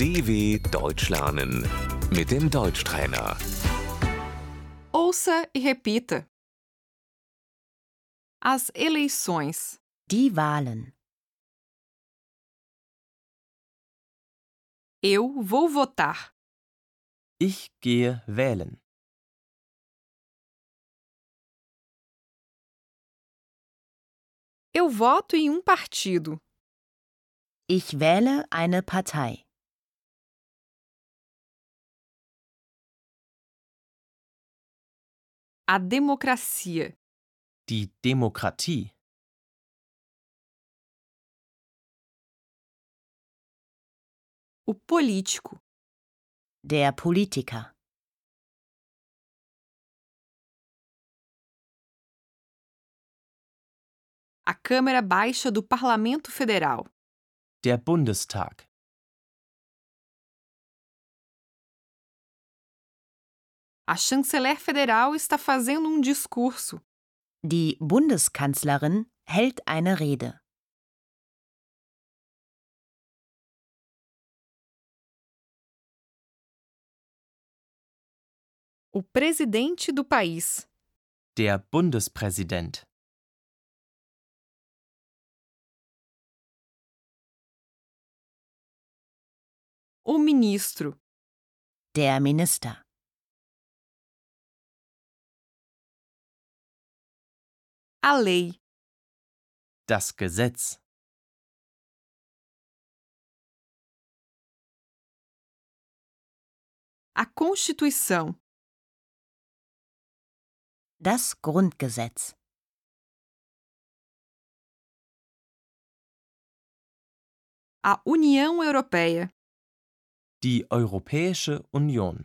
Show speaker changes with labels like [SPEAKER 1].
[SPEAKER 1] DW Deutsch lernen mit dem Deutschtrainer.
[SPEAKER 2] Ouça e repita. As eleições.
[SPEAKER 3] Die Wahlen.
[SPEAKER 2] Eu vou votar.
[SPEAKER 4] Ich gehe wählen.
[SPEAKER 2] Eu voto em um partido.
[SPEAKER 3] Ich wähle eine Partei.
[SPEAKER 2] A democracia.
[SPEAKER 4] Die Demokratie.
[SPEAKER 2] O político.
[SPEAKER 3] Der Politiker.
[SPEAKER 2] A Câmara Baixa do Parlamento Federal.
[SPEAKER 4] Der Bundestag.
[SPEAKER 2] A chanceler federal está fazendo um discurso.
[SPEAKER 3] Die Bundeskanzlerin hält eine Rede.
[SPEAKER 2] O presidente do país.
[SPEAKER 4] Der Bundespräsident.
[SPEAKER 2] O ministro.
[SPEAKER 3] Der Minister.
[SPEAKER 2] A lei.
[SPEAKER 4] Das Gesetz.
[SPEAKER 2] A Constituição.
[SPEAKER 3] Das Grundgesetz.
[SPEAKER 2] A União Europeia.
[SPEAKER 4] Die Europäische Union.